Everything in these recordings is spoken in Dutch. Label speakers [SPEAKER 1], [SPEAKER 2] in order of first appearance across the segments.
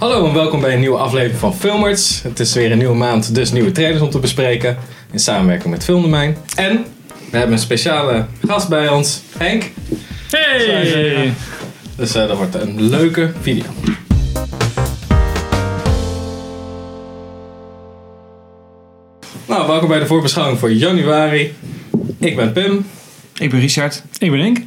[SPEAKER 1] Hallo en welkom bij een nieuwe aflevering van Filmerts. Het is weer een nieuwe maand, dus nieuwe trailers om te bespreken. In samenwerking met Filmdomein. En we hebben een speciale gast bij ons, Henk.
[SPEAKER 2] Hey!
[SPEAKER 1] Dus eh, dat wordt een leuke video. Nou, welkom bij de voorbeschouwing voor januari. Ik ben Pim.
[SPEAKER 3] Ik ben Richard.
[SPEAKER 2] Ik ben Henk.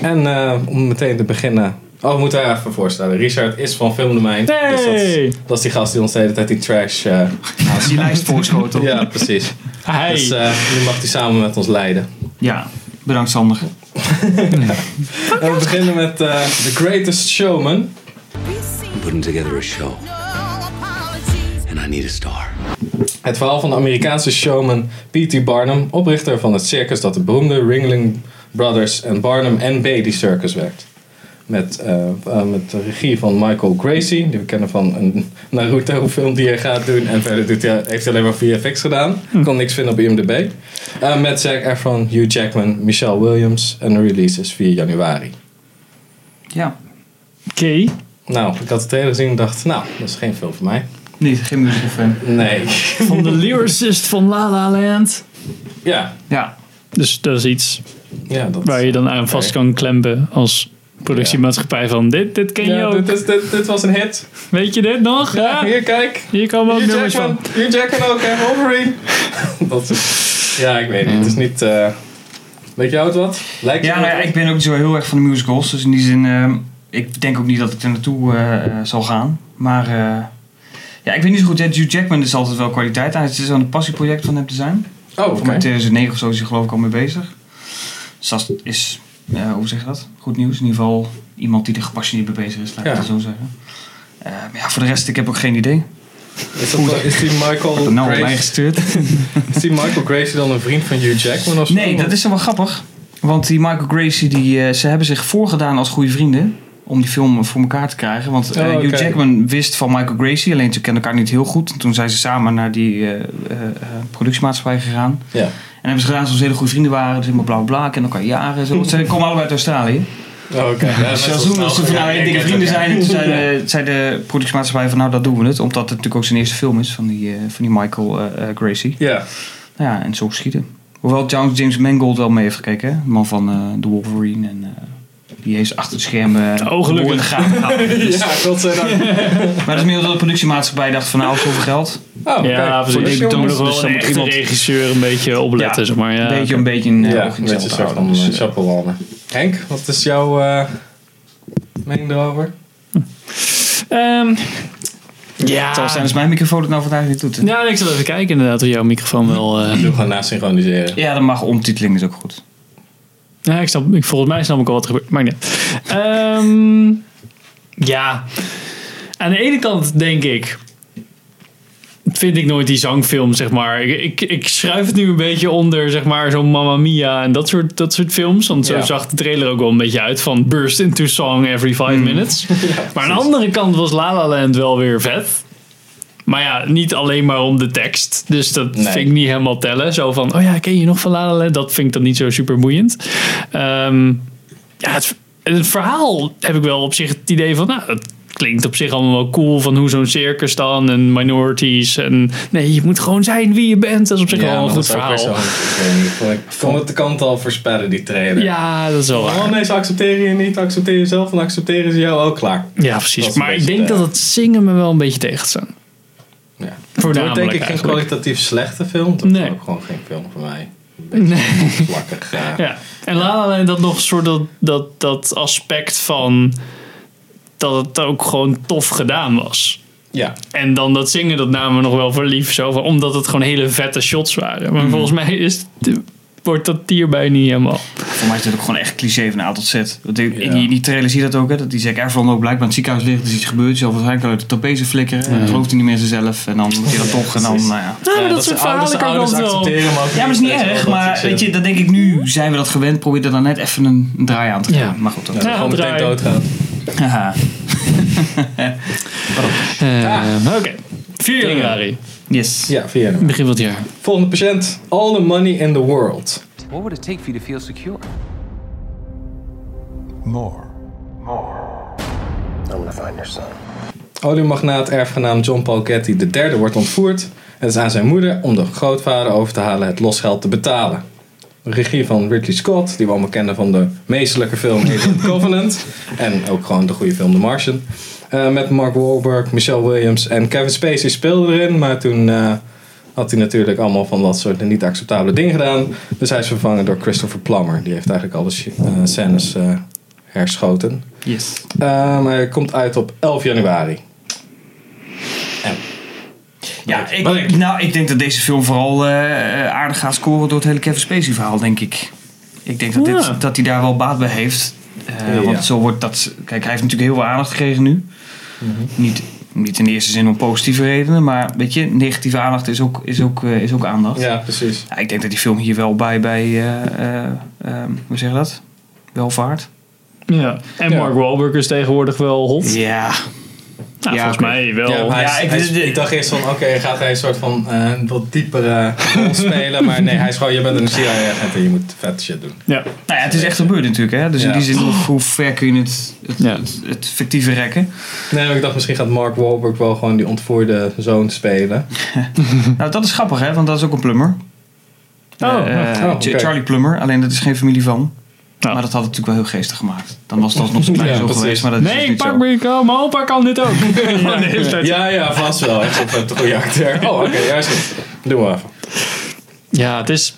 [SPEAKER 1] En eh, om meteen te beginnen. Oh, we moeten haar even voorstellen. Richard is van Filmdomein.
[SPEAKER 2] Hey!
[SPEAKER 1] Dus dat, is, dat is die gast die ons de hele tijd die trash. eh,
[SPEAKER 3] Als die lijst voorschoten.
[SPEAKER 1] ja, precies.
[SPEAKER 2] Hey!
[SPEAKER 1] Dus eh, nu mag hij samen met ons leiden.
[SPEAKER 3] Ja, bedankt Sander.
[SPEAKER 1] En we beginnen met eh, The Greatest Showman.
[SPEAKER 4] I'm putting together a show, and I need a star.
[SPEAKER 1] Het verhaal van de Amerikaanse showman P.T. Barnum, oprichter van het circus dat de beroemde Ringling Brothers en Barnum en Bailey Circus werkt. Met, eh, eh, met de regie van Michael Gracie, die we kennen van een Naruto-film die hij gaat doen. En verder doet hij, heeft hij alleen maar VFX gedaan. Kon niks vinden op IMDb. Eh, met Zac Efron, Hugh Jackman, Michelle Williams. En de release is 4 januari.
[SPEAKER 3] Ja,
[SPEAKER 2] Oké.
[SPEAKER 1] Nou, ik had het hele gezien en dacht, nou, dat is geen film voor mij.
[SPEAKER 3] niet, geen musical fan.
[SPEAKER 1] Nee.
[SPEAKER 2] Van de lyricist van La La Land.
[SPEAKER 1] Ja,
[SPEAKER 3] Ja,
[SPEAKER 2] Dus dat is iets
[SPEAKER 1] ja dat
[SPEAKER 2] waar je dan aan vast kan klemmen als productiemaatschappij van dit, dit ken je
[SPEAKER 1] Ja,
[SPEAKER 2] ook.
[SPEAKER 1] dit, is, dit, dit was een hit.
[SPEAKER 2] Weet je dit nog?
[SPEAKER 1] Ja,
[SPEAKER 2] Ja.
[SPEAKER 1] hier, kijk.
[SPEAKER 2] Hier komen ook
[SPEAKER 1] Hugh
[SPEAKER 2] nummers
[SPEAKER 1] Jackman,
[SPEAKER 2] van.
[SPEAKER 1] Hugh Jackman ook, hè? Wolverine. dat is, ja, ik weet niet. Het is niet... eh, weet jij het wat? Lijkt je
[SPEAKER 3] ja,
[SPEAKER 1] het
[SPEAKER 3] nou ja
[SPEAKER 1] wat?
[SPEAKER 3] ik ben ook niet zo heel erg van de musicals. Dus in die zin, eh, ik denk ook niet dat ik er naartoe eh, eh, zal gaan. Maar eh, ja, ik weet niet zo goed. Hè. Hugh Jackman is altijd wel kwaliteit aan. Het is wel een passieproject van hem te zijn.
[SPEAKER 1] Oh,
[SPEAKER 3] Voor
[SPEAKER 1] oké.
[SPEAKER 3] mij 2009 of zo is hij geloof ik al mee bezig. Dus dat is, eh, hoe zeg je dat? Goed nieuws. In ieder geval iemand die er gepassioneerd mee bezig is, laat ik
[SPEAKER 1] Ja.
[SPEAKER 3] het zo zeggen. Eh, maar ja, voor de rest, ik heb ook geen idee.
[SPEAKER 1] Is, dat, wel- is die
[SPEAKER 3] Wat
[SPEAKER 1] Michael
[SPEAKER 3] er nou op mij
[SPEAKER 1] Gracie,
[SPEAKER 3] gestuurd.
[SPEAKER 1] is die Michael Gracie dan een vriend van Hugh Jackman of zo?
[SPEAKER 3] Nee, dat is wel grappig. Want die Michael Gracie, die, eh, ze hebben zich voorgedaan als goede vrienden. Om die film voor elkaar te krijgen. Want eh,
[SPEAKER 1] Oh, oké.
[SPEAKER 3] Hugh Jackman wist van Michael Gracie. Alleen ze kennen elkaar niet heel goed. En toen zijn ze samen naar die eh, eh, eh, productiemaatschappij gegaan.
[SPEAKER 1] Ja.
[SPEAKER 3] En hebben ze gedaan alsof ze hele goede vrienden waren. Dus helemaal bla bla bla. Kennen elkaar jaren. en Zo. Ze komen allebei uit Australië.
[SPEAKER 1] Oh, oké. Ja, dat
[SPEAKER 3] Dus
[SPEAKER 1] is
[SPEAKER 3] ze
[SPEAKER 1] wel
[SPEAKER 3] doen
[SPEAKER 1] snel
[SPEAKER 3] alsof ze
[SPEAKER 1] gegaan.
[SPEAKER 3] nou
[SPEAKER 1] Ik
[SPEAKER 3] hele dikke
[SPEAKER 1] ken
[SPEAKER 3] vrienden
[SPEAKER 1] het ook,
[SPEAKER 3] zijn.
[SPEAKER 1] ja.
[SPEAKER 3] En toen zei de, zei de productiemaatschappij van nou dat doen we het. Omdat het natuurlijk ook zijn eerste film is van die, eh, van die Michael eh, eh, Gracie.
[SPEAKER 1] Ja,
[SPEAKER 3] Nou ja, en zo geschieden. Hoewel James, James Mangold wel mee heeft gekeken, hè? De man van eh The Wolverine. En, eh, die heeft achter de schermen
[SPEAKER 2] Oh, gelukkig.
[SPEAKER 3] boel in de gaten gehouden.
[SPEAKER 1] ja godzijdank.
[SPEAKER 3] Maar dat is meer omdat de productiemaatschappij dacht van nou, zoveel geld.
[SPEAKER 1] Oh,
[SPEAKER 2] Ja,
[SPEAKER 1] kijk, voor de
[SPEAKER 2] precies. Ik
[SPEAKER 1] showman.
[SPEAKER 2] moet nog wel
[SPEAKER 3] Dus dan
[SPEAKER 2] een
[SPEAKER 3] moet
[SPEAKER 2] echte
[SPEAKER 3] iemand-
[SPEAKER 2] regisseur een beetje opletten,
[SPEAKER 3] Ja,
[SPEAKER 2] zeg maar. Ja.
[SPEAKER 3] Een beetje een beetje een eh, Dus,
[SPEAKER 1] Ja,
[SPEAKER 3] ja,
[SPEAKER 1] een beetje een soort van eh, chaperone. Henk, wat is jouw eh mening erover?
[SPEAKER 2] Ehm, ja.
[SPEAKER 3] Het zal zijn als mijn microfoon het nou vandaag niet doet. hè?
[SPEAKER 2] Ja, ik zal even kijken inderdaad of jouw microfoon wel... eh,
[SPEAKER 1] Doe gewoon na synchroniseren.
[SPEAKER 3] Ja, dan mag omtiteling is ook goed.
[SPEAKER 2] Ja, ik snap, ik, volgens mij snap ik al wat er gebeurt. Maakt niet uit. Ehm, ja. Aan de ene kant denk ik... Vind ik nooit die zangfilm, zeg maar. Ik, ik, ik schuif het nu een beetje onder, zeg maar, zo'n Mamma Mia en dat soort, dat soort films. Want zo
[SPEAKER 1] Ja.
[SPEAKER 2] zag de trailer ook wel een beetje uit van burst into song every five minutes. maar aan de andere kant was La La Land wel weer vet. Maar ja, niet alleen maar om de tekst. Dus dat
[SPEAKER 1] Nee.
[SPEAKER 2] vind ik niet helemaal tellen. Zo van, oh ja, ken je nog van La La Land? Dat vind ik dan niet zo super boeiend. Ehm, ja, het, het verhaal heb ik wel op zich het idee van, nou, dat klinkt op zich allemaal wel cool. Van hoe zo'n circus dan en minorities. En nee, je moet gewoon zijn wie je bent. Dat is op zich wel een
[SPEAKER 1] maar
[SPEAKER 2] goed
[SPEAKER 1] dat is ook weer
[SPEAKER 2] verhaal.
[SPEAKER 1] zo'n- ik weet niet, vond Ik kon het de kant al voorspellen, die trailer.
[SPEAKER 2] Ja, dat is wel waar.
[SPEAKER 1] Oh nee, ze accepteren je niet, accepteer jezelf en accepteren ze jou ook klaar.
[SPEAKER 2] Ja,
[SPEAKER 1] Dat
[SPEAKER 2] precies.
[SPEAKER 1] is een
[SPEAKER 2] Maar ik
[SPEAKER 1] beetje
[SPEAKER 2] denk
[SPEAKER 1] de-
[SPEAKER 2] dat het zingen me wel een beetje tegen staat.
[SPEAKER 1] Ja. Het
[SPEAKER 2] Voornamelijk
[SPEAKER 1] wordt denk ik geen
[SPEAKER 2] eigenlijk.
[SPEAKER 1] kwalitatief slechte film. Dat is
[SPEAKER 2] Nee.
[SPEAKER 1] ook gewoon geen film voor mij. Een beetje plakkig. eh.
[SPEAKER 2] Ja. En La La Land had nog een soort dat, dat, dat aspect van dat het ook gewoon tof gedaan was.
[SPEAKER 1] ja.
[SPEAKER 2] En dan dat zingen, dat namen we nog wel voor lief. Zo van, omdat het gewoon hele vette shots waren. Maar volgens mij is, wordt dat hierbij niet helemaal.
[SPEAKER 3] Voor mij is dit ook gewoon echt cliché van A tot Z. Want in, in
[SPEAKER 1] Ja.
[SPEAKER 3] die, in die trailer zie je dat ook, hè? Dat die Zac Efron ook blijkbaar in het ziekenhuis ligt. Er is iets gebeurd. Zelf waarschijnlijk uit de trapeze flikkeren. En dan gelooft hij niet meer in zichzelf. En dan moet hij dat toch. En dan, nou ja.
[SPEAKER 2] Ja, maar
[SPEAKER 1] Ja,
[SPEAKER 2] dat, soort
[SPEAKER 1] ze ouders-
[SPEAKER 2] verhalen kan ik
[SPEAKER 1] ouders
[SPEAKER 2] altijd wel.
[SPEAKER 1] accepteren, maar ook
[SPEAKER 3] Ja, maar dat is niet
[SPEAKER 1] weet je wel,
[SPEAKER 3] erg.
[SPEAKER 1] dat
[SPEAKER 3] Maar
[SPEAKER 1] soort
[SPEAKER 3] weet
[SPEAKER 1] shit.
[SPEAKER 3] je, dan denk ik nu zijn we dat gewend. Probeer er dan net even een, een draai aan te geven.
[SPEAKER 2] Ja.
[SPEAKER 3] Maar goed, dan.
[SPEAKER 1] Ja,
[SPEAKER 2] Ja,
[SPEAKER 1] gewoon meteen
[SPEAKER 2] draai.
[SPEAKER 1] doodgaan.
[SPEAKER 3] Haha.
[SPEAKER 2] Eh, Oké. 4 januari,
[SPEAKER 3] Yes.
[SPEAKER 1] Ja, via hem.
[SPEAKER 2] begin van het jaar.
[SPEAKER 1] Volgende patiënt. All the money in the world.
[SPEAKER 4] What would it take for you to feel secure?
[SPEAKER 5] I'm gonna find your son.
[SPEAKER 1] Oliemagnaat erfgenaam John Paul Getty III wordt ontvoerd. Het is aan zijn moeder om de grootvader over te halen het losgeld te betalen. De regie van Ridley Scott, die we allemaal kennen van de meesterlijke film Alien Covenant. En ook gewoon de goede film The Martian. Eh, met Mark Wahlberg, Michelle Williams en Kevin Spacey speelde erin. Maar toen eh, had hij natuurlijk allemaal van dat soort niet acceptabele dingen gedaan. Dus hij is vervangen door Christopher Plummer. Die heeft eigenlijk alle sc- eh, scènes eh, herschoten.
[SPEAKER 3] Yes.
[SPEAKER 1] Ehm, hij komt uit op 11 januari.
[SPEAKER 3] Ja,
[SPEAKER 1] Wat ik- wat
[SPEAKER 3] ik,
[SPEAKER 1] ik-
[SPEAKER 3] nou, ik denk dat deze film vooral eh, eh, aardig gaat scoren door het hele Kevin Spacey verhaal, denk ik. Ik denk dat,
[SPEAKER 2] Ja.
[SPEAKER 3] dit, dat hij daar wel baat bij heeft. Eh,
[SPEAKER 1] Ja.
[SPEAKER 3] Want zo wordt dat... Kijk, hij heeft natuurlijk heel veel aandacht gekregen nu. Niet, niet in de eerste zin om positieve redenen, maar weet je, negatieve aandacht is ook, is ook, eh, is ook aandacht.
[SPEAKER 1] Ja, precies.
[SPEAKER 3] Ja, ik denk dat die film hier wel bij, bij eh, eh, ehm, hoe zeg je dat? Welvaart.
[SPEAKER 2] Ja. En
[SPEAKER 1] Ja.
[SPEAKER 2] Mark Wahlberg is tegenwoordig wel hot.
[SPEAKER 3] Ja.
[SPEAKER 2] Nou,
[SPEAKER 3] Ja,
[SPEAKER 2] volgens
[SPEAKER 3] oké.
[SPEAKER 2] mij wel.
[SPEAKER 1] Ja, maar hij is-
[SPEAKER 3] Ja, ik-
[SPEAKER 1] hij is- ik, dacht eerst van, oké, gaat hij een soort van eh, wat diepere rol spelen. Maar nee, hij is gewoon, je bent een CIA-agent en je moet vet shit doen.
[SPEAKER 2] Ja.
[SPEAKER 3] Nou ja, het is echt gebeurd natuurlijk. Hè? Dus in
[SPEAKER 1] Ja.
[SPEAKER 3] die zin, hoe- hoe ver kun je het, het,
[SPEAKER 2] Ja.
[SPEAKER 3] het, het fictieve rekken?
[SPEAKER 1] Nee, maar ik dacht misschien gaat Mark Wahlberg wel gewoon die ontvoerde zoon spelen.
[SPEAKER 3] Nou, dat is grappig, hè? want dat is ook een plummer.
[SPEAKER 2] Oh,
[SPEAKER 3] Eh, eh,
[SPEAKER 1] oh, oké.
[SPEAKER 3] Ch- Charlie Plummer, alleen dat is geen familie van.
[SPEAKER 2] Nou.
[SPEAKER 3] Maar dat had het natuurlijk wel heel geestig gemaakt. Dan was dat nog zo'n
[SPEAKER 1] Ja,
[SPEAKER 3] zo
[SPEAKER 1] precies.
[SPEAKER 3] geweest, maar dat is dus
[SPEAKER 2] nee, ik
[SPEAKER 3] niet
[SPEAKER 2] pak
[SPEAKER 3] zo.
[SPEAKER 2] me ik kan. Mijn opa kan dit ook. Gewoon de hele tijd.
[SPEAKER 1] Ja, ja, vast wel. Echt een vet goede acteur. Oh, oké, juist goed. Doe maar even.
[SPEAKER 2] Ja, het is.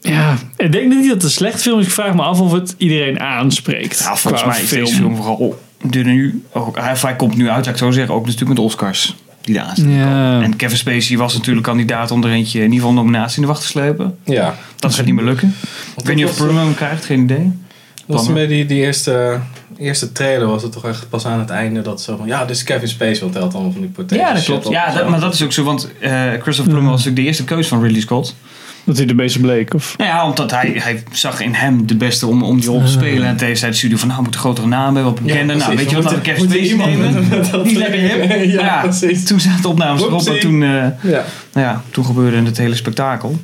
[SPEAKER 2] Ja, ik denk niet dat het een slecht film is. Ik vraag me af of het iedereen aanspreekt.
[SPEAKER 3] Ja, volgens
[SPEAKER 2] qua
[SPEAKER 3] mij is deze film vooral de nu... Ook, hij, hij komt nu uit, zou ik zo zeggen, ook natuurlijk met de Oscars. Die daar aanstaan.
[SPEAKER 2] Ja.
[SPEAKER 3] En Kevin Spacey was natuurlijk kandidaat om er eentje in ieder geval een nominatie in de wacht te slepen.
[SPEAKER 1] Ja.
[SPEAKER 3] Dat gaat niet meer lukken. Ik weet niet of Plummer hem krijgt, geen idee.
[SPEAKER 1] Dat was
[SPEAKER 3] Plannen.
[SPEAKER 1] bij die, die eerste, eerste trailer was het toch echt pas aan het einde dat zo van... Ja, dus Kevin Spacey, want hij had allemaal van die prothese
[SPEAKER 3] Ja, dat
[SPEAKER 1] shit
[SPEAKER 3] klopt.
[SPEAKER 1] op
[SPEAKER 3] Ja,
[SPEAKER 1] en
[SPEAKER 3] dat,
[SPEAKER 1] zo.
[SPEAKER 3] maar dat is ook zo, want eh Christopher Plummer was natuurlijk de eerste keus van Ridley Scott.
[SPEAKER 2] Mm. Dat hij de meeste bleek. Of... Ah.
[SPEAKER 3] Nou ja, omdat hij, hij zag in hem de beste om, om die rol te spelen. En tegen zei de studio van, nou, we moeten grotere namen hebben, wat bekender.
[SPEAKER 1] precies.
[SPEAKER 3] nou, weet
[SPEAKER 1] We
[SPEAKER 3] je wat, laten
[SPEAKER 1] moeten-
[SPEAKER 3] we Kevin
[SPEAKER 1] moeten iemand
[SPEAKER 3] Spacey nemen.
[SPEAKER 1] met dat
[SPEAKER 3] Die lekker
[SPEAKER 1] trekken.
[SPEAKER 3] hip. Nou
[SPEAKER 1] Ja, precies.
[SPEAKER 3] Toen zaten de opnames erop en
[SPEAKER 1] Whoopsie.
[SPEAKER 3] toen, eh, nou
[SPEAKER 1] Ja.
[SPEAKER 3] ja, toen gebeurde het hele spektakel.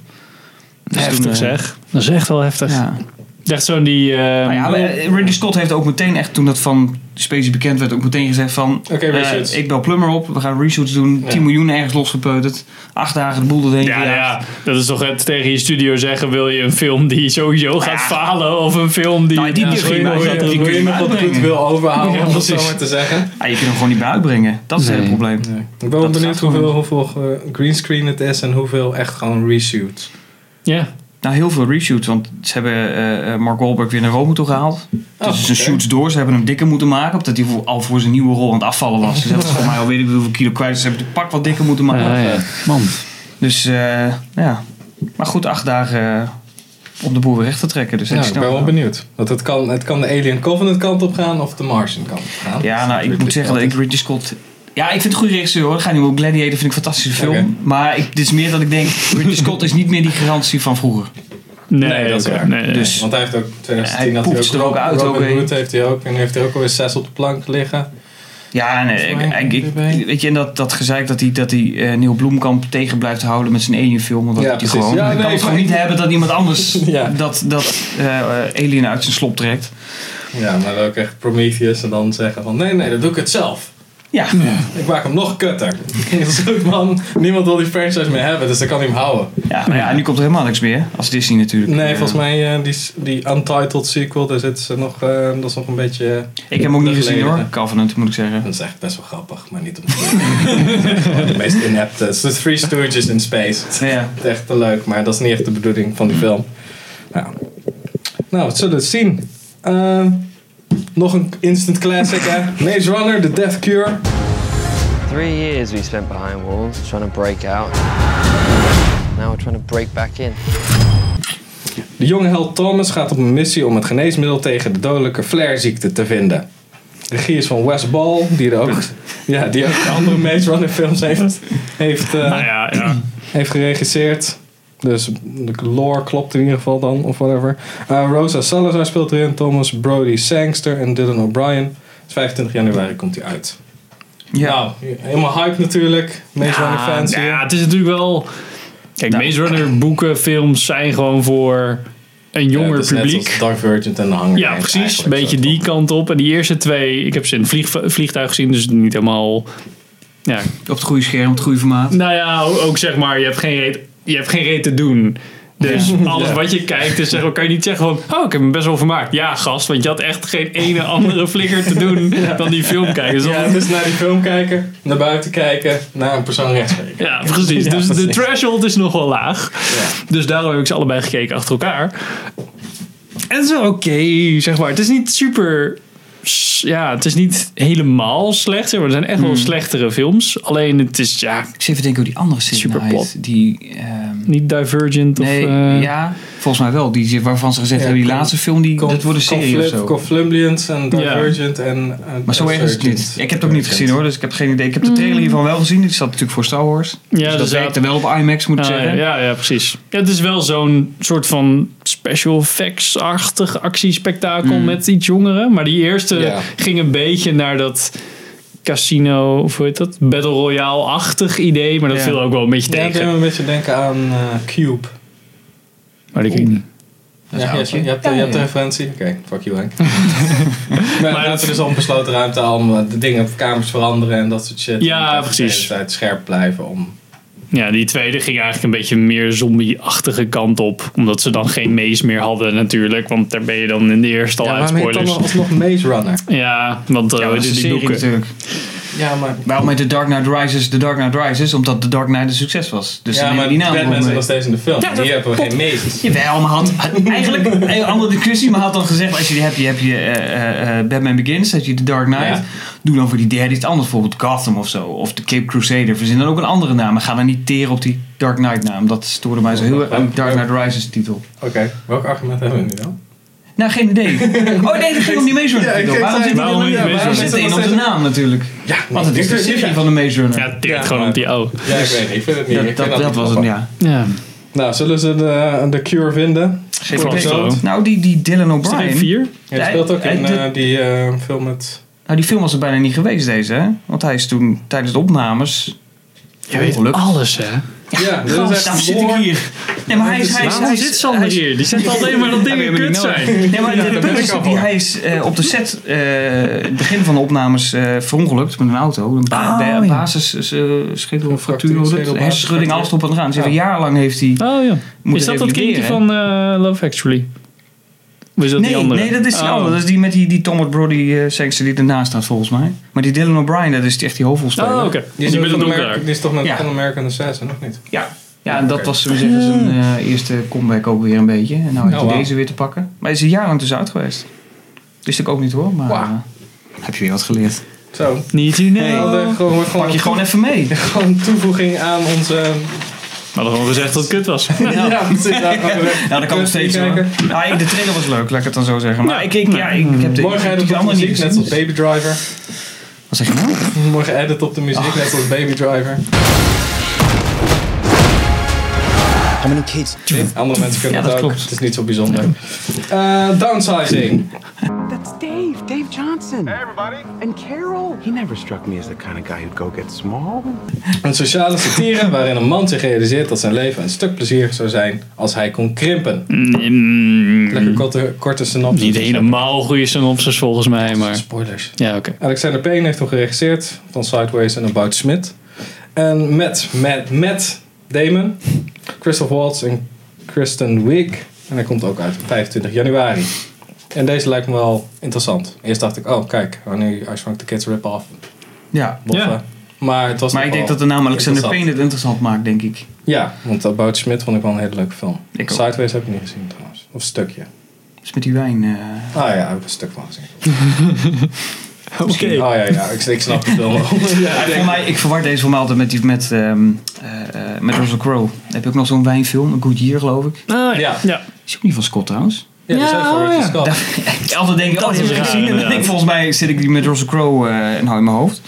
[SPEAKER 3] Dus
[SPEAKER 2] Heftig
[SPEAKER 3] toen, eh,
[SPEAKER 2] zeg. Dat is echt wel heftig.
[SPEAKER 3] Ja.
[SPEAKER 2] Echt zo'n die... eh,
[SPEAKER 3] Nou ja, maar, eh, Ridley Scott heeft ook meteen echt, toen dat van Spacey bekend werd, ook meteen gezegd van...
[SPEAKER 1] Oké,
[SPEAKER 3] eh,
[SPEAKER 1] reshoots.
[SPEAKER 3] ik bel Plummer op, we gaan reshoots doen.
[SPEAKER 1] Ja.
[SPEAKER 3] 10 miljoen ergens losgepeuterd. Acht dagen de boel erheen.
[SPEAKER 2] ja, nou
[SPEAKER 3] gejaagd.
[SPEAKER 2] ja, dat is toch het tegen je studio zeggen: wil je een film die sowieso gaat
[SPEAKER 3] ja.
[SPEAKER 2] falen? Of een film die.
[SPEAKER 3] Nou, die- die-
[SPEAKER 1] Misschien
[SPEAKER 3] maar
[SPEAKER 1] wil
[SPEAKER 3] is dat-
[SPEAKER 1] je,
[SPEAKER 3] die
[SPEAKER 1] wil
[SPEAKER 3] kun
[SPEAKER 1] je
[SPEAKER 3] je
[SPEAKER 1] nog wat
[SPEAKER 3] uitbrengen.
[SPEAKER 1] goed wil overhouden,
[SPEAKER 2] Ja,
[SPEAKER 1] om het zo
[SPEAKER 2] precies.
[SPEAKER 1] maar te zeggen.
[SPEAKER 3] Ah, je kunt hem gewoon niet meer uitbrengen. Dat is het
[SPEAKER 2] Nee.
[SPEAKER 3] hele probleem.
[SPEAKER 1] Ik ben wel
[SPEAKER 3] Dat
[SPEAKER 1] benieuwd
[SPEAKER 3] gaat gewoon
[SPEAKER 1] hoeveel, hoeveel eh, greenscreen het is en hoeveel echt gewoon reshoot.
[SPEAKER 2] Ja,
[SPEAKER 3] Nou, heel veel reshoots, want ze hebben eh, eh, Mark Wahlberg weer naar Rome toe gehaald.
[SPEAKER 1] Oh,
[SPEAKER 3] dus zijn
[SPEAKER 1] oké.
[SPEAKER 3] shoots door. Ze hebben hem dikker moeten maken, omdat hij voor- al voor zijn nieuwe rol aan het afvallen was. Dus hij was volgens mij al weet ik hoeveel kilo kwijt. Dus ze hebben het pak wat dikker moeten maken.
[SPEAKER 2] man.
[SPEAKER 3] Dus eh, ja, maar goed, acht dagen eh, om de boel weer recht te trekken. Dus dat
[SPEAKER 1] Ja,
[SPEAKER 3] is
[SPEAKER 1] ik ben
[SPEAKER 3] snel.
[SPEAKER 1] wel benieuwd. Want het kan, het kan de Alien Covenant kant op gaan of de Martian kant op gaan.
[SPEAKER 3] Ja, nou, ik
[SPEAKER 1] Ridley
[SPEAKER 3] moet zeggen dat ik
[SPEAKER 1] Scott.
[SPEAKER 3] Ridley Scott... Ja, ik vind het een goede regisseur hoor. Ga niet om Gladiator vind ik een fantastische film.
[SPEAKER 1] Oké.
[SPEAKER 3] Maar ik, dit is meer dat ik denk, Ridley Scott is niet meer die garantie van vroeger.
[SPEAKER 2] Nee,
[SPEAKER 1] Nee, dat is
[SPEAKER 2] oké.
[SPEAKER 1] waar.
[SPEAKER 2] Nee, nee.
[SPEAKER 3] Dus-
[SPEAKER 1] Want hij heeft ook
[SPEAKER 3] Hij
[SPEAKER 1] 2010 had
[SPEAKER 3] poept
[SPEAKER 1] hij
[SPEAKER 3] er ook uit,
[SPEAKER 1] Robin
[SPEAKER 3] ook, hè.
[SPEAKER 1] Hood heeft hij ook. En heeft hij ook alweer zes op de plank liggen.
[SPEAKER 3] Ja, nee,
[SPEAKER 1] Volgens mij
[SPEAKER 3] ik, ik- ik-
[SPEAKER 1] erbij.
[SPEAKER 3] weet je, en dat, dat gezeik dat hij, dat hij eh, Neil Bloemkamp tegen blijft houden met zijn Alien-film. Want dat
[SPEAKER 1] Ja,
[SPEAKER 3] doet hij
[SPEAKER 1] precies. Ja,
[SPEAKER 3] gewoon. hij
[SPEAKER 1] nee,
[SPEAKER 3] kan het
[SPEAKER 1] ik-
[SPEAKER 3] gewoon niet hebben dat iemand anders
[SPEAKER 1] Ja.
[SPEAKER 3] dat, dat eh, eh, Alien uit zijn slop trekt.
[SPEAKER 1] Ja, maar dan ook echt Prometheus en dan zeggen van nee, nee, dat doe ik het zelf.
[SPEAKER 3] Ja,
[SPEAKER 1] Ik maak hem nog kutter. Dat is goed man. Niemand wil die franchise meer hebben, dus dan kan hij hem houden.
[SPEAKER 3] ja, maar ja, nu komt er helemaal niks meer. Als Disney natuurlijk.
[SPEAKER 1] Nee,
[SPEAKER 3] Eh,
[SPEAKER 1] volgens mij eh, die, die Untitled sequel, daar zitten ze nog, eh, dat is nog een beetje...
[SPEAKER 3] Ik heb hem ook niet gezien
[SPEAKER 1] geleden.
[SPEAKER 3] hoor, Covenant moet ik zeggen.
[SPEAKER 1] Dat is echt best wel grappig, maar niet om te Gewoon De meest inepte. Het is de Three Stooges in Space. Het
[SPEAKER 3] Ja.
[SPEAKER 1] is echt te leuk, maar dat is niet echt de bedoeling van die
[SPEAKER 2] Mm.
[SPEAKER 1] film. Ja. Nou, we zullen het zien. Eh, nog een instant classic, hè? Maze Runner, The Death Cure.
[SPEAKER 5] Three years we spent behind walls trying to break out. Now we're trying to break back in.
[SPEAKER 1] De jonge held Thomas gaat op een missie om het geneesmiddel tegen de dodelijke flareziekte te vinden. De regie is van Wes Ball, die er ook, ja, die ook de andere Maze Runner films heeft, heeft, eh,
[SPEAKER 2] Nou ja, ja.
[SPEAKER 1] heeft geregisseerd. Dus de lore klopt in ieder geval dan, of whatever. Eh, Rosa Salazar speelt erin, Thomas Brody Sangster en Dylan O'Brien. Dus 25 januari komt hij uit.
[SPEAKER 3] Ja.
[SPEAKER 1] Nou, helemaal hype natuurlijk. Maze Runner fans
[SPEAKER 2] Ah, nou ja,
[SPEAKER 1] hier.
[SPEAKER 3] nou-
[SPEAKER 2] het is natuurlijk wel. Kijk, Maze Runner boeken, films zijn gewoon voor een jonger
[SPEAKER 1] het is net
[SPEAKER 2] publiek.
[SPEAKER 1] als Dark Virgin en de Hunger
[SPEAKER 2] Ja,
[SPEAKER 1] Games
[SPEAKER 2] precies. Een
[SPEAKER 1] eigenlijk,
[SPEAKER 2] beetje
[SPEAKER 1] soort
[SPEAKER 2] die
[SPEAKER 1] van.
[SPEAKER 2] kant op. En die eerste twee, ik heb ze in het vlieg- vliegtuig gezien, dus niet helemaal. Ja.
[SPEAKER 3] Op het goede scherm, op het goede formaat.
[SPEAKER 2] Nou ja, o- ook zeg maar, je hebt geen reet, je hebt geen reet te doen. Dus alles wat je kijkt, is zeg, maar, kan je niet zeggen van, oh, ik heb me best wel vermaakt. Ja, gast, want je had echt geen ene andere flikker te doen dan die film kijken. Dus
[SPEAKER 1] Ja,
[SPEAKER 2] dat-
[SPEAKER 1] het is naar die film kijken, naar buiten kijken, naar een persoon rechts kijken.
[SPEAKER 2] Ja, precies.
[SPEAKER 1] Ja,
[SPEAKER 2] dus de
[SPEAKER 1] precies.
[SPEAKER 2] threshold is nog wel laag. Dus daarom heb ik ze allebei gekeken achter elkaar. En het is wel oké, zeg maar. Het is niet super... s- Ja, het is niet helemaal slecht. Zeg maar. Er zijn echt wel slechtere films. Alleen het is ja,
[SPEAKER 3] Ik zit even te denken hoe die andere zin
[SPEAKER 2] Super
[SPEAKER 3] nou heet.
[SPEAKER 2] plat.
[SPEAKER 3] Die, ehm,
[SPEAKER 2] niet Divergent of...
[SPEAKER 3] nee,
[SPEAKER 2] eh,
[SPEAKER 3] ja, volgens mij wel. Die, zin waarvan ze gezegd
[SPEAKER 1] Ja,
[SPEAKER 3] hebben, die
[SPEAKER 1] Con-
[SPEAKER 3] laatste film, die, dat wordt een serie of zo.
[SPEAKER 1] Conflumblians en Divergent en... eh, en-
[SPEAKER 3] Maar zo
[SPEAKER 1] en
[SPEAKER 3] erg is het
[SPEAKER 1] Surgent.
[SPEAKER 3] niet. Ik heb het ook niet gezien hoor, dus ik heb geen idee. Ik heb de trailer hiervan wel gezien. Die staat natuurlijk voor Star Wars.
[SPEAKER 2] Mm. Ja,
[SPEAKER 3] dus
[SPEAKER 2] dus
[SPEAKER 3] dat
[SPEAKER 2] ja.
[SPEAKER 3] werkte wel op IMAX, moet ik
[SPEAKER 2] Ah,
[SPEAKER 3] zeggen.
[SPEAKER 2] ja, ja, precies. Ja, het is wel zo'n soort van special effects-achtig actiespektakel
[SPEAKER 3] Mm.
[SPEAKER 2] met iets jongeren. Maar die eerste
[SPEAKER 1] Ja.
[SPEAKER 2] ging een beetje naar dat casino, of hoe heet dat? Battle Royale-achtig idee. Maar dat
[SPEAKER 3] Ja.
[SPEAKER 2] viel ook wel een beetje
[SPEAKER 1] Ja, ik
[SPEAKER 2] tegen.
[SPEAKER 1] denk een beetje denken aan eh, Cube.
[SPEAKER 2] Maar die ging niet.
[SPEAKER 1] Ja,
[SPEAKER 3] is
[SPEAKER 1] Dus je, hebt,
[SPEAKER 3] oudje.
[SPEAKER 1] je hebt de-
[SPEAKER 3] Ja,
[SPEAKER 1] je hebt de
[SPEAKER 3] ja.
[SPEAKER 1] referentie. Oké, fuck you Henk. maar maar dat is dus al een besloten ruimte allemaal de dingen op kamers veranderen en dat soort shit.
[SPEAKER 2] Ja,
[SPEAKER 1] Je moet even
[SPEAKER 2] precies.
[SPEAKER 1] De hele tijd scherp blijven om...
[SPEAKER 2] Ja, die tweede ging eigenlijk een beetje meer zombie-achtige kant op. Omdat ze dan geen maze meer hadden natuurlijk. Want daar ben je dan in de eerste al
[SPEAKER 1] Ja,
[SPEAKER 2] uit
[SPEAKER 1] waarom heet dan
[SPEAKER 2] spoilers.
[SPEAKER 1] alsnog Maze Runner?
[SPEAKER 2] Ja, want eh,
[SPEAKER 3] Ja, maar dat is
[SPEAKER 2] die, die
[SPEAKER 3] een serie
[SPEAKER 2] boeken.
[SPEAKER 3] natuurlijk.
[SPEAKER 1] Ja, maar...
[SPEAKER 3] Waarom heet The Dark Knight Rises The Dark Knight Rises? Omdat The Dark Knight een succes was. Dus
[SPEAKER 1] ja,
[SPEAKER 3] dan
[SPEAKER 1] maar
[SPEAKER 3] nemen die naam
[SPEAKER 1] Batman
[SPEAKER 3] gewoon
[SPEAKER 1] zit
[SPEAKER 3] mee.
[SPEAKER 1] nog steeds in de film.
[SPEAKER 3] Ja, dat
[SPEAKER 1] Hier hebben we
[SPEAKER 3] klopt.
[SPEAKER 1] geen mazes.
[SPEAKER 3] Jawel, maar had eigenlijk een andere discussie, maar had dan gezegd: als je die hebt, je hebt je eh, eh, eh, Batman Begins, dat je The Dark Knight.
[SPEAKER 1] Ja.
[SPEAKER 3] Doe dan voor die derde iets anders, bijvoorbeeld Gotham of zo. Of de Cape Crusader. Verzin dan ook een andere naam. Maar ga dan niet teren op die Dark Knight naam. Dat stoorde mij zo heel erg. aan die Dark Knight Rises titel.
[SPEAKER 1] Oké, welk argument hebben we nu dan?
[SPEAKER 3] Nou, geen idee. Oh nee, dat ging om die Maze Runner
[SPEAKER 1] Ja, ik-
[SPEAKER 3] titel.
[SPEAKER 1] ik zei-
[SPEAKER 3] Waarom zit die
[SPEAKER 2] waarom
[SPEAKER 3] in-
[SPEAKER 2] niet Maze
[SPEAKER 3] waarom
[SPEAKER 2] Runner?
[SPEAKER 3] zit die in op de naam natuurlijk?
[SPEAKER 1] Ja,
[SPEAKER 3] Want het is de serie van de Maze
[SPEAKER 2] Ja,
[SPEAKER 3] Runner.
[SPEAKER 2] het tikt
[SPEAKER 1] Ja,
[SPEAKER 2] gewoon
[SPEAKER 1] maar-
[SPEAKER 2] op die oh. O.
[SPEAKER 1] Ja, ik weet niet. Ik vind het niet.
[SPEAKER 3] Dat,
[SPEAKER 1] ik vind
[SPEAKER 3] dat,
[SPEAKER 1] niet
[SPEAKER 3] dat was het,
[SPEAKER 1] grappig.
[SPEAKER 3] ja.
[SPEAKER 2] Ja,
[SPEAKER 1] Nou, zullen ze de, de Cure vinden?
[SPEAKER 3] Geen
[SPEAKER 2] Volgens
[SPEAKER 3] idee.
[SPEAKER 2] mij wel.
[SPEAKER 3] Nou, die, die Dylan
[SPEAKER 2] is dat geen
[SPEAKER 3] O'Brien.
[SPEAKER 2] vier?
[SPEAKER 1] Hij
[SPEAKER 3] Ja,
[SPEAKER 1] speelt ook
[SPEAKER 3] hij-
[SPEAKER 1] in
[SPEAKER 3] hij-
[SPEAKER 1] eh, die eh, film met...
[SPEAKER 3] Nou, die film was er bijna niet geweest, deze, hè? Want hij is toen tijdens de opnames.
[SPEAKER 2] Je weet
[SPEAKER 3] Ongeluk.
[SPEAKER 2] alles, hè?
[SPEAKER 1] Ja, dit
[SPEAKER 3] Gast,
[SPEAKER 1] is echt
[SPEAKER 3] daarom zit ik
[SPEAKER 1] lore.
[SPEAKER 3] hier. Nee, maar hij is. Hij is, hij
[SPEAKER 2] Waarom
[SPEAKER 3] is
[SPEAKER 2] zit Sander
[SPEAKER 3] hij is-
[SPEAKER 2] hier? Die zegt alleen maar dat dingen kut zijn.
[SPEAKER 3] Nee, maar het punt
[SPEAKER 1] ben
[SPEAKER 3] is
[SPEAKER 1] ik
[SPEAKER 3] dat
[SPEAKER 1] al
[SPEAKER 3] hij-
[SPEAKER 1] voor.
[SPEAKER 3] hij is eh, op de set, eh, het begin van de opnames, eh, verongelukt met een auto. Een ba- ba- basis, eh schedel, een fractuur, hoe heet dat?
[SPEAKER 1] schedelbasis,
[SPEAKER 3] hersenschudding, alles erop en eraan. Dus
[SPEAKER 1] Ja.
[SPEAKER 3] even jarenlang heeft hij
[SPEAKER 2] Oh ja.
[SPEAKER 3] moeten
[SPEAKER 2] is dat dat
[SPEAKER 3] revalideren,
[SPEAKER 2] kindje
[SPEAKER 3] hè?
[SPEAKER 2] van eh, Love Actually? Of is dat die
[SPEAKER 3] Nee,
[SPEAKER 2] andere?
[SPEAKER 3] nee, dat is die
[SPEAKER 2] Oh.
[SPEAKER 3] andere. Dat is die met die, die Thomas Brody eh Sangster die ernaast staat volgens mij. Maar die Dylan O'Brien, dat is echt die hoofdrolspeler.
[SPEAKER 2] Oh, oké. Okay.
[SPEAKER 1] Die
[SPEAKER 2] Die
[SPEAKER 1] is,
[SPEAKER 2] met
[SPEAKER 1] ook
[SPEAKER 2] het
[SPEAKER 1] van
[SPEAKER 2] donker.
[SPEAKER 1] American, die is toch met
[SPEAKER 3] Ja.
[SPEAKER 1] van American Assassin, nog niet?
[SPEAKER 3] Ja. Ja, en
[SPEAKER 1] Oké.
[SPEAKER 3] dat was zo zeggen, zijn eh, eerste comeback ook weer een beetje. En nou heeft
[SPEAKER 1] Oh,
[SPEAKER 3] hij
[SPEAKER 1] wauw.
[SPEAKER 3] deze weer te pakken. Maar hij is er jaren tussenuit geweest. Wist ik ook niet hoor, maar...
[SPEAKER 1] Wauw.
[SPEAKER 3] eh, heb je weer wat geleerd.
[SPEAKER 1] Zo.
[SPEAKER 2] Niet in nee.
[SPEAKER 1] We hadden gewoon, we
[SPEAKER 3] Pak je gewoon even mee.
[SPEAKER 1] gewoon een toevoeging aan onze...
[SPEAKER 2] We hadden gewoon gezegd dat het kut was.
[SPEAKER 1] Ja, precies. daar gaan we weg.
[SPEAKER 3] Nou, dat kan nog steeds hoor.
[SPEAKER 1] Kijken.
[SPEAKER 3] Nou, ik- de trailer was leuk, laat ik het dan zo zeggen. Maar
[SPEAKER 2] Ja.
[SPEAKER 3] ik, ik, ja, ik, ik heb de, ik
[SPEAKER 1] Morgen
[SPEAKER 3] heb
[SPEAKER 1] edit
[SPEAKER 3] die
[SPEAKER 1] op de
[SPEAKER 3] andere niet
[SPEAKER 1] muziek, net
[SPEAKER 3] gezien.
[SPEAKER 1] als Baby Driver.
[SPEAKER 3] Wat zeg je nou?
[SPEAKER 1] Morgen edit op de muziek,
[SPEAKER 3] Ah.
[SPEAKER 1] net als Baby Driver. Andere mensen kunnen
[SPEAKER 3] Ja,
[SPEAKER 1] het ook.
[SPEAKER 3] dat klopt.
[SPEAKER 1] Het is niet zo bijzonder. Eh, downsizing.
[SPEAKER 6] That's Dave, Dave Johnson. Hey, everybody. And Carol.
[SPEAKER 7] He never struck me as the kind of guy who'd go get small.
[SPEAKER 1] Een sociale satire waarin een man zich realiseert dat zijn leven een stuk plezieriger zou zijn als hij kon krimpen. Lekker korte, korte synopsis.
[SPEAKER 2] mm. Niet helemaal goede synopsis volgens mij, maar...
[SPEAKER 1] Spoilers.
[SPEAKER 2] Ja, oké.
[SPEAKER 1] Alexander Payne heeft hem geregisseerd van Sideways en About Smith. En met, met, met Damon, Christoph Waltz en Kristen Wiig. En hij komt ook uit op 25 januari. En deze lijkt me wel interessant. Eerst dacht ik, oh kijk, oh, nu I Shrunk the Kids rip-off.
[SPEAKER 3] Ja.
[SPEAKER 1] boffen.
[SPEAKER 2] Ja.
[SPEAKER 1] Maar het was
[SPEAKER 3] Maar
[SPEAKER 1] nog
[SPEAKER 3] ik denk
[SPEAKER 1] wel
[SPEAKER 3] dat de naam Alexander
[SPEAKER 1] interessant.
[SPEAKER 3] Payne het interessant maakt, denk ik.
[SPEAKER 1] Ja, want About Smith vond ik wel een hele leuke film.
[SPEAKER 3] Ik ook.
[SPEAKER 1] Sideways heb ik niet gezien trouwens. Of een stukje.
[SPEAKER 3] Dus met die wijn... eh,
[SPEAKER 1] Ah ja, heb ik een stuk van gezien.
[SPEAKER 2] Oké.
[SPEAKER 1] Ah ja, ja ik, ik snap het wel.
[SPEAKER 3] Ja, voor mij, ik verward deze voor mij altijd met, die, met, ehm, eh, eh, met Russell Crowe. Dan heb je ook nog zo'n wijnfilm, een Good Year geloof ik.
[SPEAKER 2] Ah, ja.
[SPEAKER 1] Ja.
[SPEAKER 2] ja.
[SPEAKER 3] Is ook niet van Scott trouwens.
[SPEAKER 1] Ja, die zijn voor Ridley Scott.
[SPEAKER 3] Altijd denk ik, oh,
[SPEAKER 2] Dat
[SPEAKER 3] die
[SPEAKER 2] is
[SPEAKER 3] heb ik
[SPEAKER 2] raar,
[SPEAKER 3] gezien. En dan
[SPEAKER 2] inderdaad.
[SPEAKER 3] denk ik, volgens mij zit ik die met Russell Crowe eh, nou in mijn hoofd.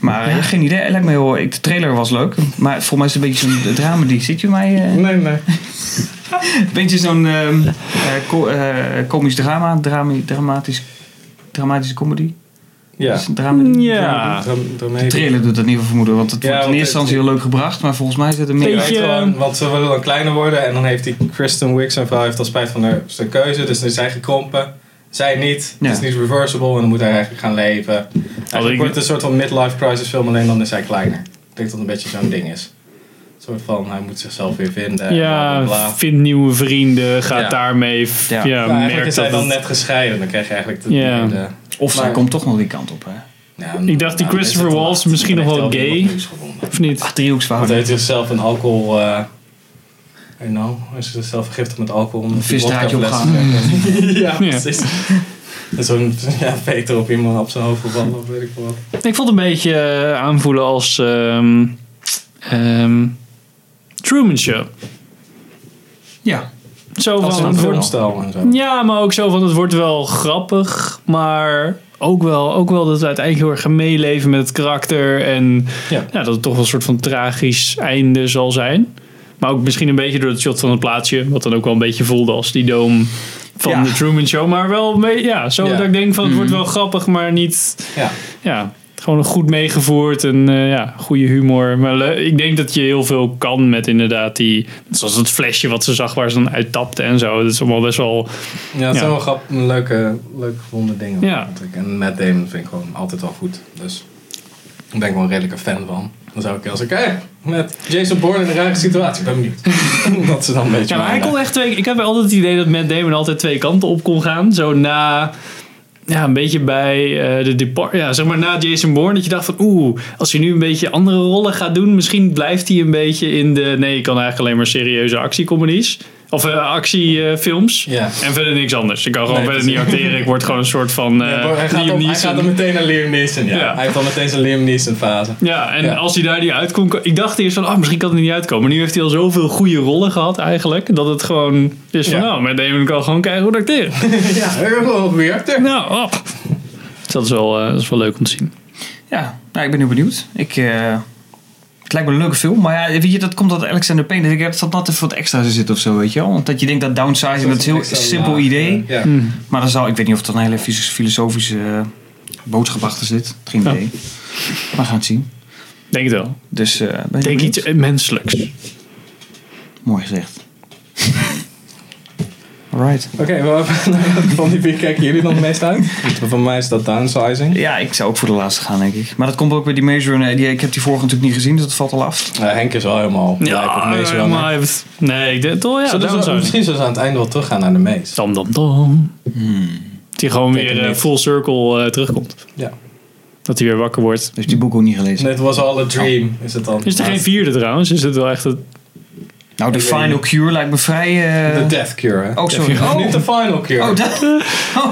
[SPEAKER 3] Maar eh, ja, geen idee. Het Lijkt me heel, ik, de trailer was leuk. Maar volgens mij is het een beetje zo'n drama die zit je mij. eh,
[SPEAKER 1] Nee, nee.
[SPEAKER 3] een beetje zo'n ehm, eh, ko- eh, komisch drama. Drama- dramatisch, dramatische comedy.
[SPEAKER 1] Ja.
[SPEAKER 3] Dus drama-
[SPEAKER 2] Ja.
[SPEAKER 1] Dram-
[SPEAKER 3] De
[SPEAKER 1] Dramedy.
[SPEAKER 3] trailer doet dat niet veel vermoeden, want het
[SPEAKER 1] Ja,
[SPEAKER 3] wordt in
[SPEAKER 1] want
[SPEAKER 3] eerste
[SPEAKER 1] het-
[SPEAKER 3] instantie heel leuk gebracht, maar volgens mij zit er
[SPEAKER 1] Je weet
[SPEAKER 3] meer.
[SPEAKER 2] Beetje- eh,
[SPEAKER 1] gewoon, want ze willen dan kleiner worden en dan heeft die Kristen Wiig zijn vrouw heeft al spijt van haar, zijn keuze. Dus dan is zij gekrompen, zij niet.
[SPEAKER 3] Ja.
[SPEAKER 1] Het is niet reversible en dan moet hij eigenlijk gaan leven. Eigenlijk
[SPEAKER 2] ik-
[SPEAKER 1] wordt het een soort van midlife crisis film, alleen dan is hij kleiner. Ik denk dat het een beetje zo'n ding is. Een soort van, hij moet zichzelf weer vinden. bla,
[SPEAKER 2] Ja,
[SPEAKER 1] bla, bla.
[SPEAKER 2] vind nieuwe vrienden, gaat
[SPEAKER 1] Ja.
[SPEAKER 2] daarmee. f- Ja,
[SPEAKER 3] Ja.
[SPEAKER 1] Maar eigenlijk
[SPEAKER 2] merk
[SPEAKER 1] is hij
[SPEAKER 2] dat
[SPEAKER 1] dan
[SPEAKER 2] het-
[SPEAKER 1] net gescheiden. Dan krijg je eigenlijk de...
[SPEAKER 2] Ja.
[SPEAKER 1] de-
[SPEAKER 3] Of zij
[SPEAKER 1] Maar-
[SPEAKER 3] komt toch nog die kant op, hè?
[SPEAKER 1] ja, nou,
[SPEAKER 2] Ik dacht die
[SPEAKER 1] dan is het
[SPEAKER 2] Christopher
[SPEAKER 1] te
[SPEAKER 2] Waltz
[SPEAKER 1] laat.
[SPEAKER 2] misschien
[SPEAKER 1] Dan
[SPEAKER 2] nog
[SPEAKER 1] heeft
[SPEAKER 2] wel
[SPEAKER 1] hij al
[SPEAKER 2] gay.
[SPEAKER 1] iemand nieuws gevonden.
[SPEAKER 2] Of niet?
[SPEAKER 3] Ach,
[SPEAKER 1] Want
[SPEAKER 3] driehoeksverhouding.
[SPEAKER 1] hij heeft zichzelf een alcohol... eh I don't know. Hij is zichzelf vergiftigd met alcohol. Om
[SPEAKER 3] visdraadje
[SPEAKER 1] vodkafles te
[SPEAKER 3] opgehangen.
[SPEAKER 1] krijgen. ja,
[SPEAKER 2] Ja.
[SPEAKER 1] precies. En Zo'n ja, veter op iemand op zijn hoofd gevallen of weet ik veel wat.
[SPEAKER 2] Ik vond het een beetje eh, aanvoelen als ehm, ehm, Truman Show.
[SPEAKER 3] Ja.
[SPEAKER 2] Zo
[SPEAKER 1] Als
[SPEAKER 2] van,
[SPEAKER 1] een
[SPEAKER 2] het wordt,
[SPEAKER 1] filmstijl en zo.
[SPEAKER 2] ja, maar ook zo van het wordt wel grappig, maar ook wel, ook wel dat we uiteindelijk heel erg gaan meeleven met het karakter. En
[SPEAKER 1] Ja.
[SPEAKER 2] ja, dat het toch wel een soort van tragisch einde zal zijn. Maar ook misschien een beetje door het shot van het plaatsje, wat dan ook wel een beetje voelde als die doom van
[SPEAKER 3] Ja.
[SPEAKER 2] de Truman Show. Maar wel, een beetje- ja, zo
[SPEAKER 1] Ja. Mhm.
[SPEAKER 2] dat ik denk van het wordt wel grappig, maar niet
[SPEAKER 1] Ja.
[SPEAKER 2] ja, gewoon goed meegevoerd en eh, ja, goede humor. Maar le- ik denk dat je heel veel kan met inderdaad die, zoals het flesje wat ze zag waar ze dan uittapte en zo. Dat is allemaal best wel,
[SPEAKER 1] Ja, het
[SPEAKER 2] Ja.
[SPEAKER 1] zijn wel grappig, leuke, leuke gevonden dingen.
[SPEAKER 2] Ja.
[SPEAKER 1] vond ik. En Matt Damon vind ik gewoon altijd wel goed. Dus daar ben ik wel een redelijke fan van. Dan zou ik als ik, hey, met Jason Bourne in een rare situatie, ik ben benieuwd. dat ze dan een beetje...
[SPEAKER 2] ja, maar hij
[SPEAKER 1] mijn,
[SPEAKER 2] kon echt twee, ik heb altijd het idee dat Matt Damon altijd twee kanten op kon gaan. Zo na, ja, een beetje bij eh, de Depart, ja, zeg maar na Jason Bourne, dat je dacht van oeh, als hij nu een beetje andere rollen gaat doen, misschien blijft hij een beetje in de, nee, ik kan eigenlijk alleen maar serieuze actiecomedies. Of eh, actiefilms.
[SPEAKER 1] eh, Ja.
[SPEAKER 2] En verder niks anders. Ik kan gewoon
[SPEAKER 1] Nee,
[SPEAKER 2] verder niet
[SPEAKER 1] precies.
[SPEAKER 2] acteren. Ik word gewoon een soort van eh
[SPEAKER 1] Ja, maar hij, gaat
[SPEAKER 2] Liam
[SPEAKER 1] dan, hij
[SPEAKER 2] Neeson.
[SPEAKER 1] gaat dan meteen naar Liam Neeson. Ja.
[SPEAKER 2] Ja.
[SPEAKER 1] Hij heeft dan meteen zijn Liam Neeson fase.
[SPEAKER 2] Ja, en
[SPEAKER 1] Ja.
[SPEAKER 2] als hij daar niet uitkomt... Ik dacht eerst van, ah, misschien kan het niet uitkomen. Maar nu heeft hij al zoveel goede rollen gehad eigenlijk... dat het gewoon is van,
[SPEAKER 1] Ja.
[SPEAKER 2] nou, met Damon kan gewoon kijken hoe dat acteren.
[SPEAKER 1] Ja, heel weer acteur.
[SPEAKER 2] nou, op. Dus dat is, wel, eh, dat is wel leuk om te zien.
[SPEAKER 3] Ja, nou, ik ben heel benieuwd. Ik, eh, het lijkt me een leuke film, maar ja, weet je, dat komt dat Alexander Payne. Dat ik heb dat net even wat extra's in zit of zo, weet je wel. Want dat je denkt dat downsizing, dat is een heel simpel idee.
[SPEAKER 1] Ja.
[SPEAKER 3] Maar dan zou, ik weet niet of dat een hele fys- filosofische eh, boodschap achter zit. Geen
[SPEAKER 2] Ja.
[SPEAKER 3] idee. Maar we gaan het zien.
[SPEAKER 2] Denk het wel.
[SPEAKER 3] Dus eh, ben je
[SPEAKER 2] Denk
[SPEAKER 3] benieuwd?
[SPEAKER 2] iets eh, menselijks.
[SPEAKER 3] Mooi gezegd. Alright.
[SPEAKER 1] Oké, maar van die vier kijken jullie dan het meest uit? Van mij is dat downsizing.
[SPEAKER 3] Ja, ik zou ook voor de laatste gaan, denk ik. Maar dat komt ook bij die Major. en, eh, die, ik heb die vorige natuurlijk niet gezien, dus dat valt al af.
[SPEAKER 1] Ja, Henk is wel helemaal gelijk op Maze Runner.
[SPEAKER 2] maar... het- Nee, ik denk toch, ja,
[SPEAKER 1] Zullen
[SPEAKER 2] dan
[SPEAKER 1] we-
[SPEAKER 2] zou
[SPEAKER 1] misschien zullen ze aan het einde wel teruggaan naar de Maze.
[SPEAKER 2] Dam, dam, dam. Dat hij gewoon
[SPEAKER 1] Denk
[SPEAKER 2] weer
[SPEAKER 1] het
[SPEAKER 2] eh,
[SPEAKER 1] niet.
[SPEAKER 2] full circle eh, terugkomt.
[SPEAKER 1] Ja.
[SPEAKER 2] Dat hij weer wakker wordt.
[SPEAKER 3] Dus die boek ook niet gelezen.
[SPEAKER 1] Net was all a dream, is het dan.
[SPEAKER 2] Oh. Is er geen vierde trouwens? Is het wel echt het...
[SPEAKER 3] Nou, de
[SPEAKER 1] Ik weet
[SPEAKER 3] Final
[SPEAKER 1] niet.
[SPEAKER 3] Cure lijkt me vrij... eh,
[SPEAKER 1] De Death Cure, hè?
[SPEAKER 3] Oh, sorry. Oh.
[SPEAKER 1] Niet de Final Cure.
[SPEAKER 3] Oh, dat, oh,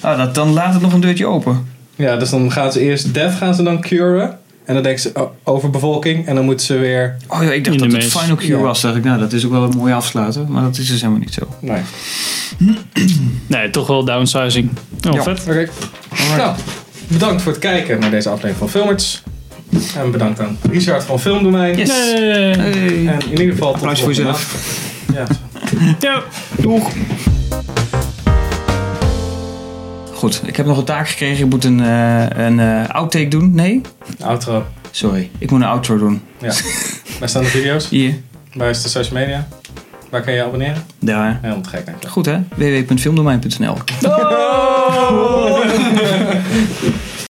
[SPEAKER 3] Ah, dat, dan laat het nog een deurtje open.
[SPEAKER 1] Ja, dus dan gaan ze eerst Death gaan ze dan curen. En dan denken ze oh, overbevolking. En dan moeten ze weer...
[SPEAKER 3] Oh ja, ik dacht
[SPEAKER 2] In
[SPEAKER 3] dat
[SPEAKER 2] de
[SPEAKER 3] het
[SPEAKER 2] meest.
[SPEAKER 3] Final Cure
[SPEAKER 1] Ja.
[SPEAKER 3] was. Dacht ik, nou, dat is ook wel een mooie afsluiter. Maar dat is dus helemaal niet zo.
[SPEAKER 1] Nee.
[SPEAKER 2] Nee, toch wel downsizing. Oh,
[SPEAKER 3] Ja.
[SPEAKER 2] vet.
[SPEAKER 1] Oké. Nou, bedankt voor het kijken naar deze aflevering van Filmers. En bedankt aan Richard van Filmdomein.
[SPEAKER 3] Yes.
[SPEAKER 2] Yay.
[SPEAKER 3] Hey.
[SPEAKER 1] En in ieder geval... tot
[SPEAKER 3] Applaus voor
[SPEAKER 1] volgende
[SPEAKER 3] jezelf.
[SPEAKER 1] maand. Ja.
[SPEAKER 2] Ja.
[SPEAKER 3] Goed, ik heb nog een taak gekregen. Ik moet een, eh, een eh, outtake doen. Nee?
[SPEAKER 1] Outro.
[SPEAKER 3] Sorry, ik moet een outro doen.
[SPEAKER 1] Ja. Waar staan de video's?
[SPEAKER 3] Hier.
[SPEAKER 1] Waar is de social media? Waar kan je abonneren?
[SPEAKER 3] Daar.
[SPEAKER 1] Helemaal te gek, denk ik.
[SPEAKER 3] Goed hè? www.filmdomein.nl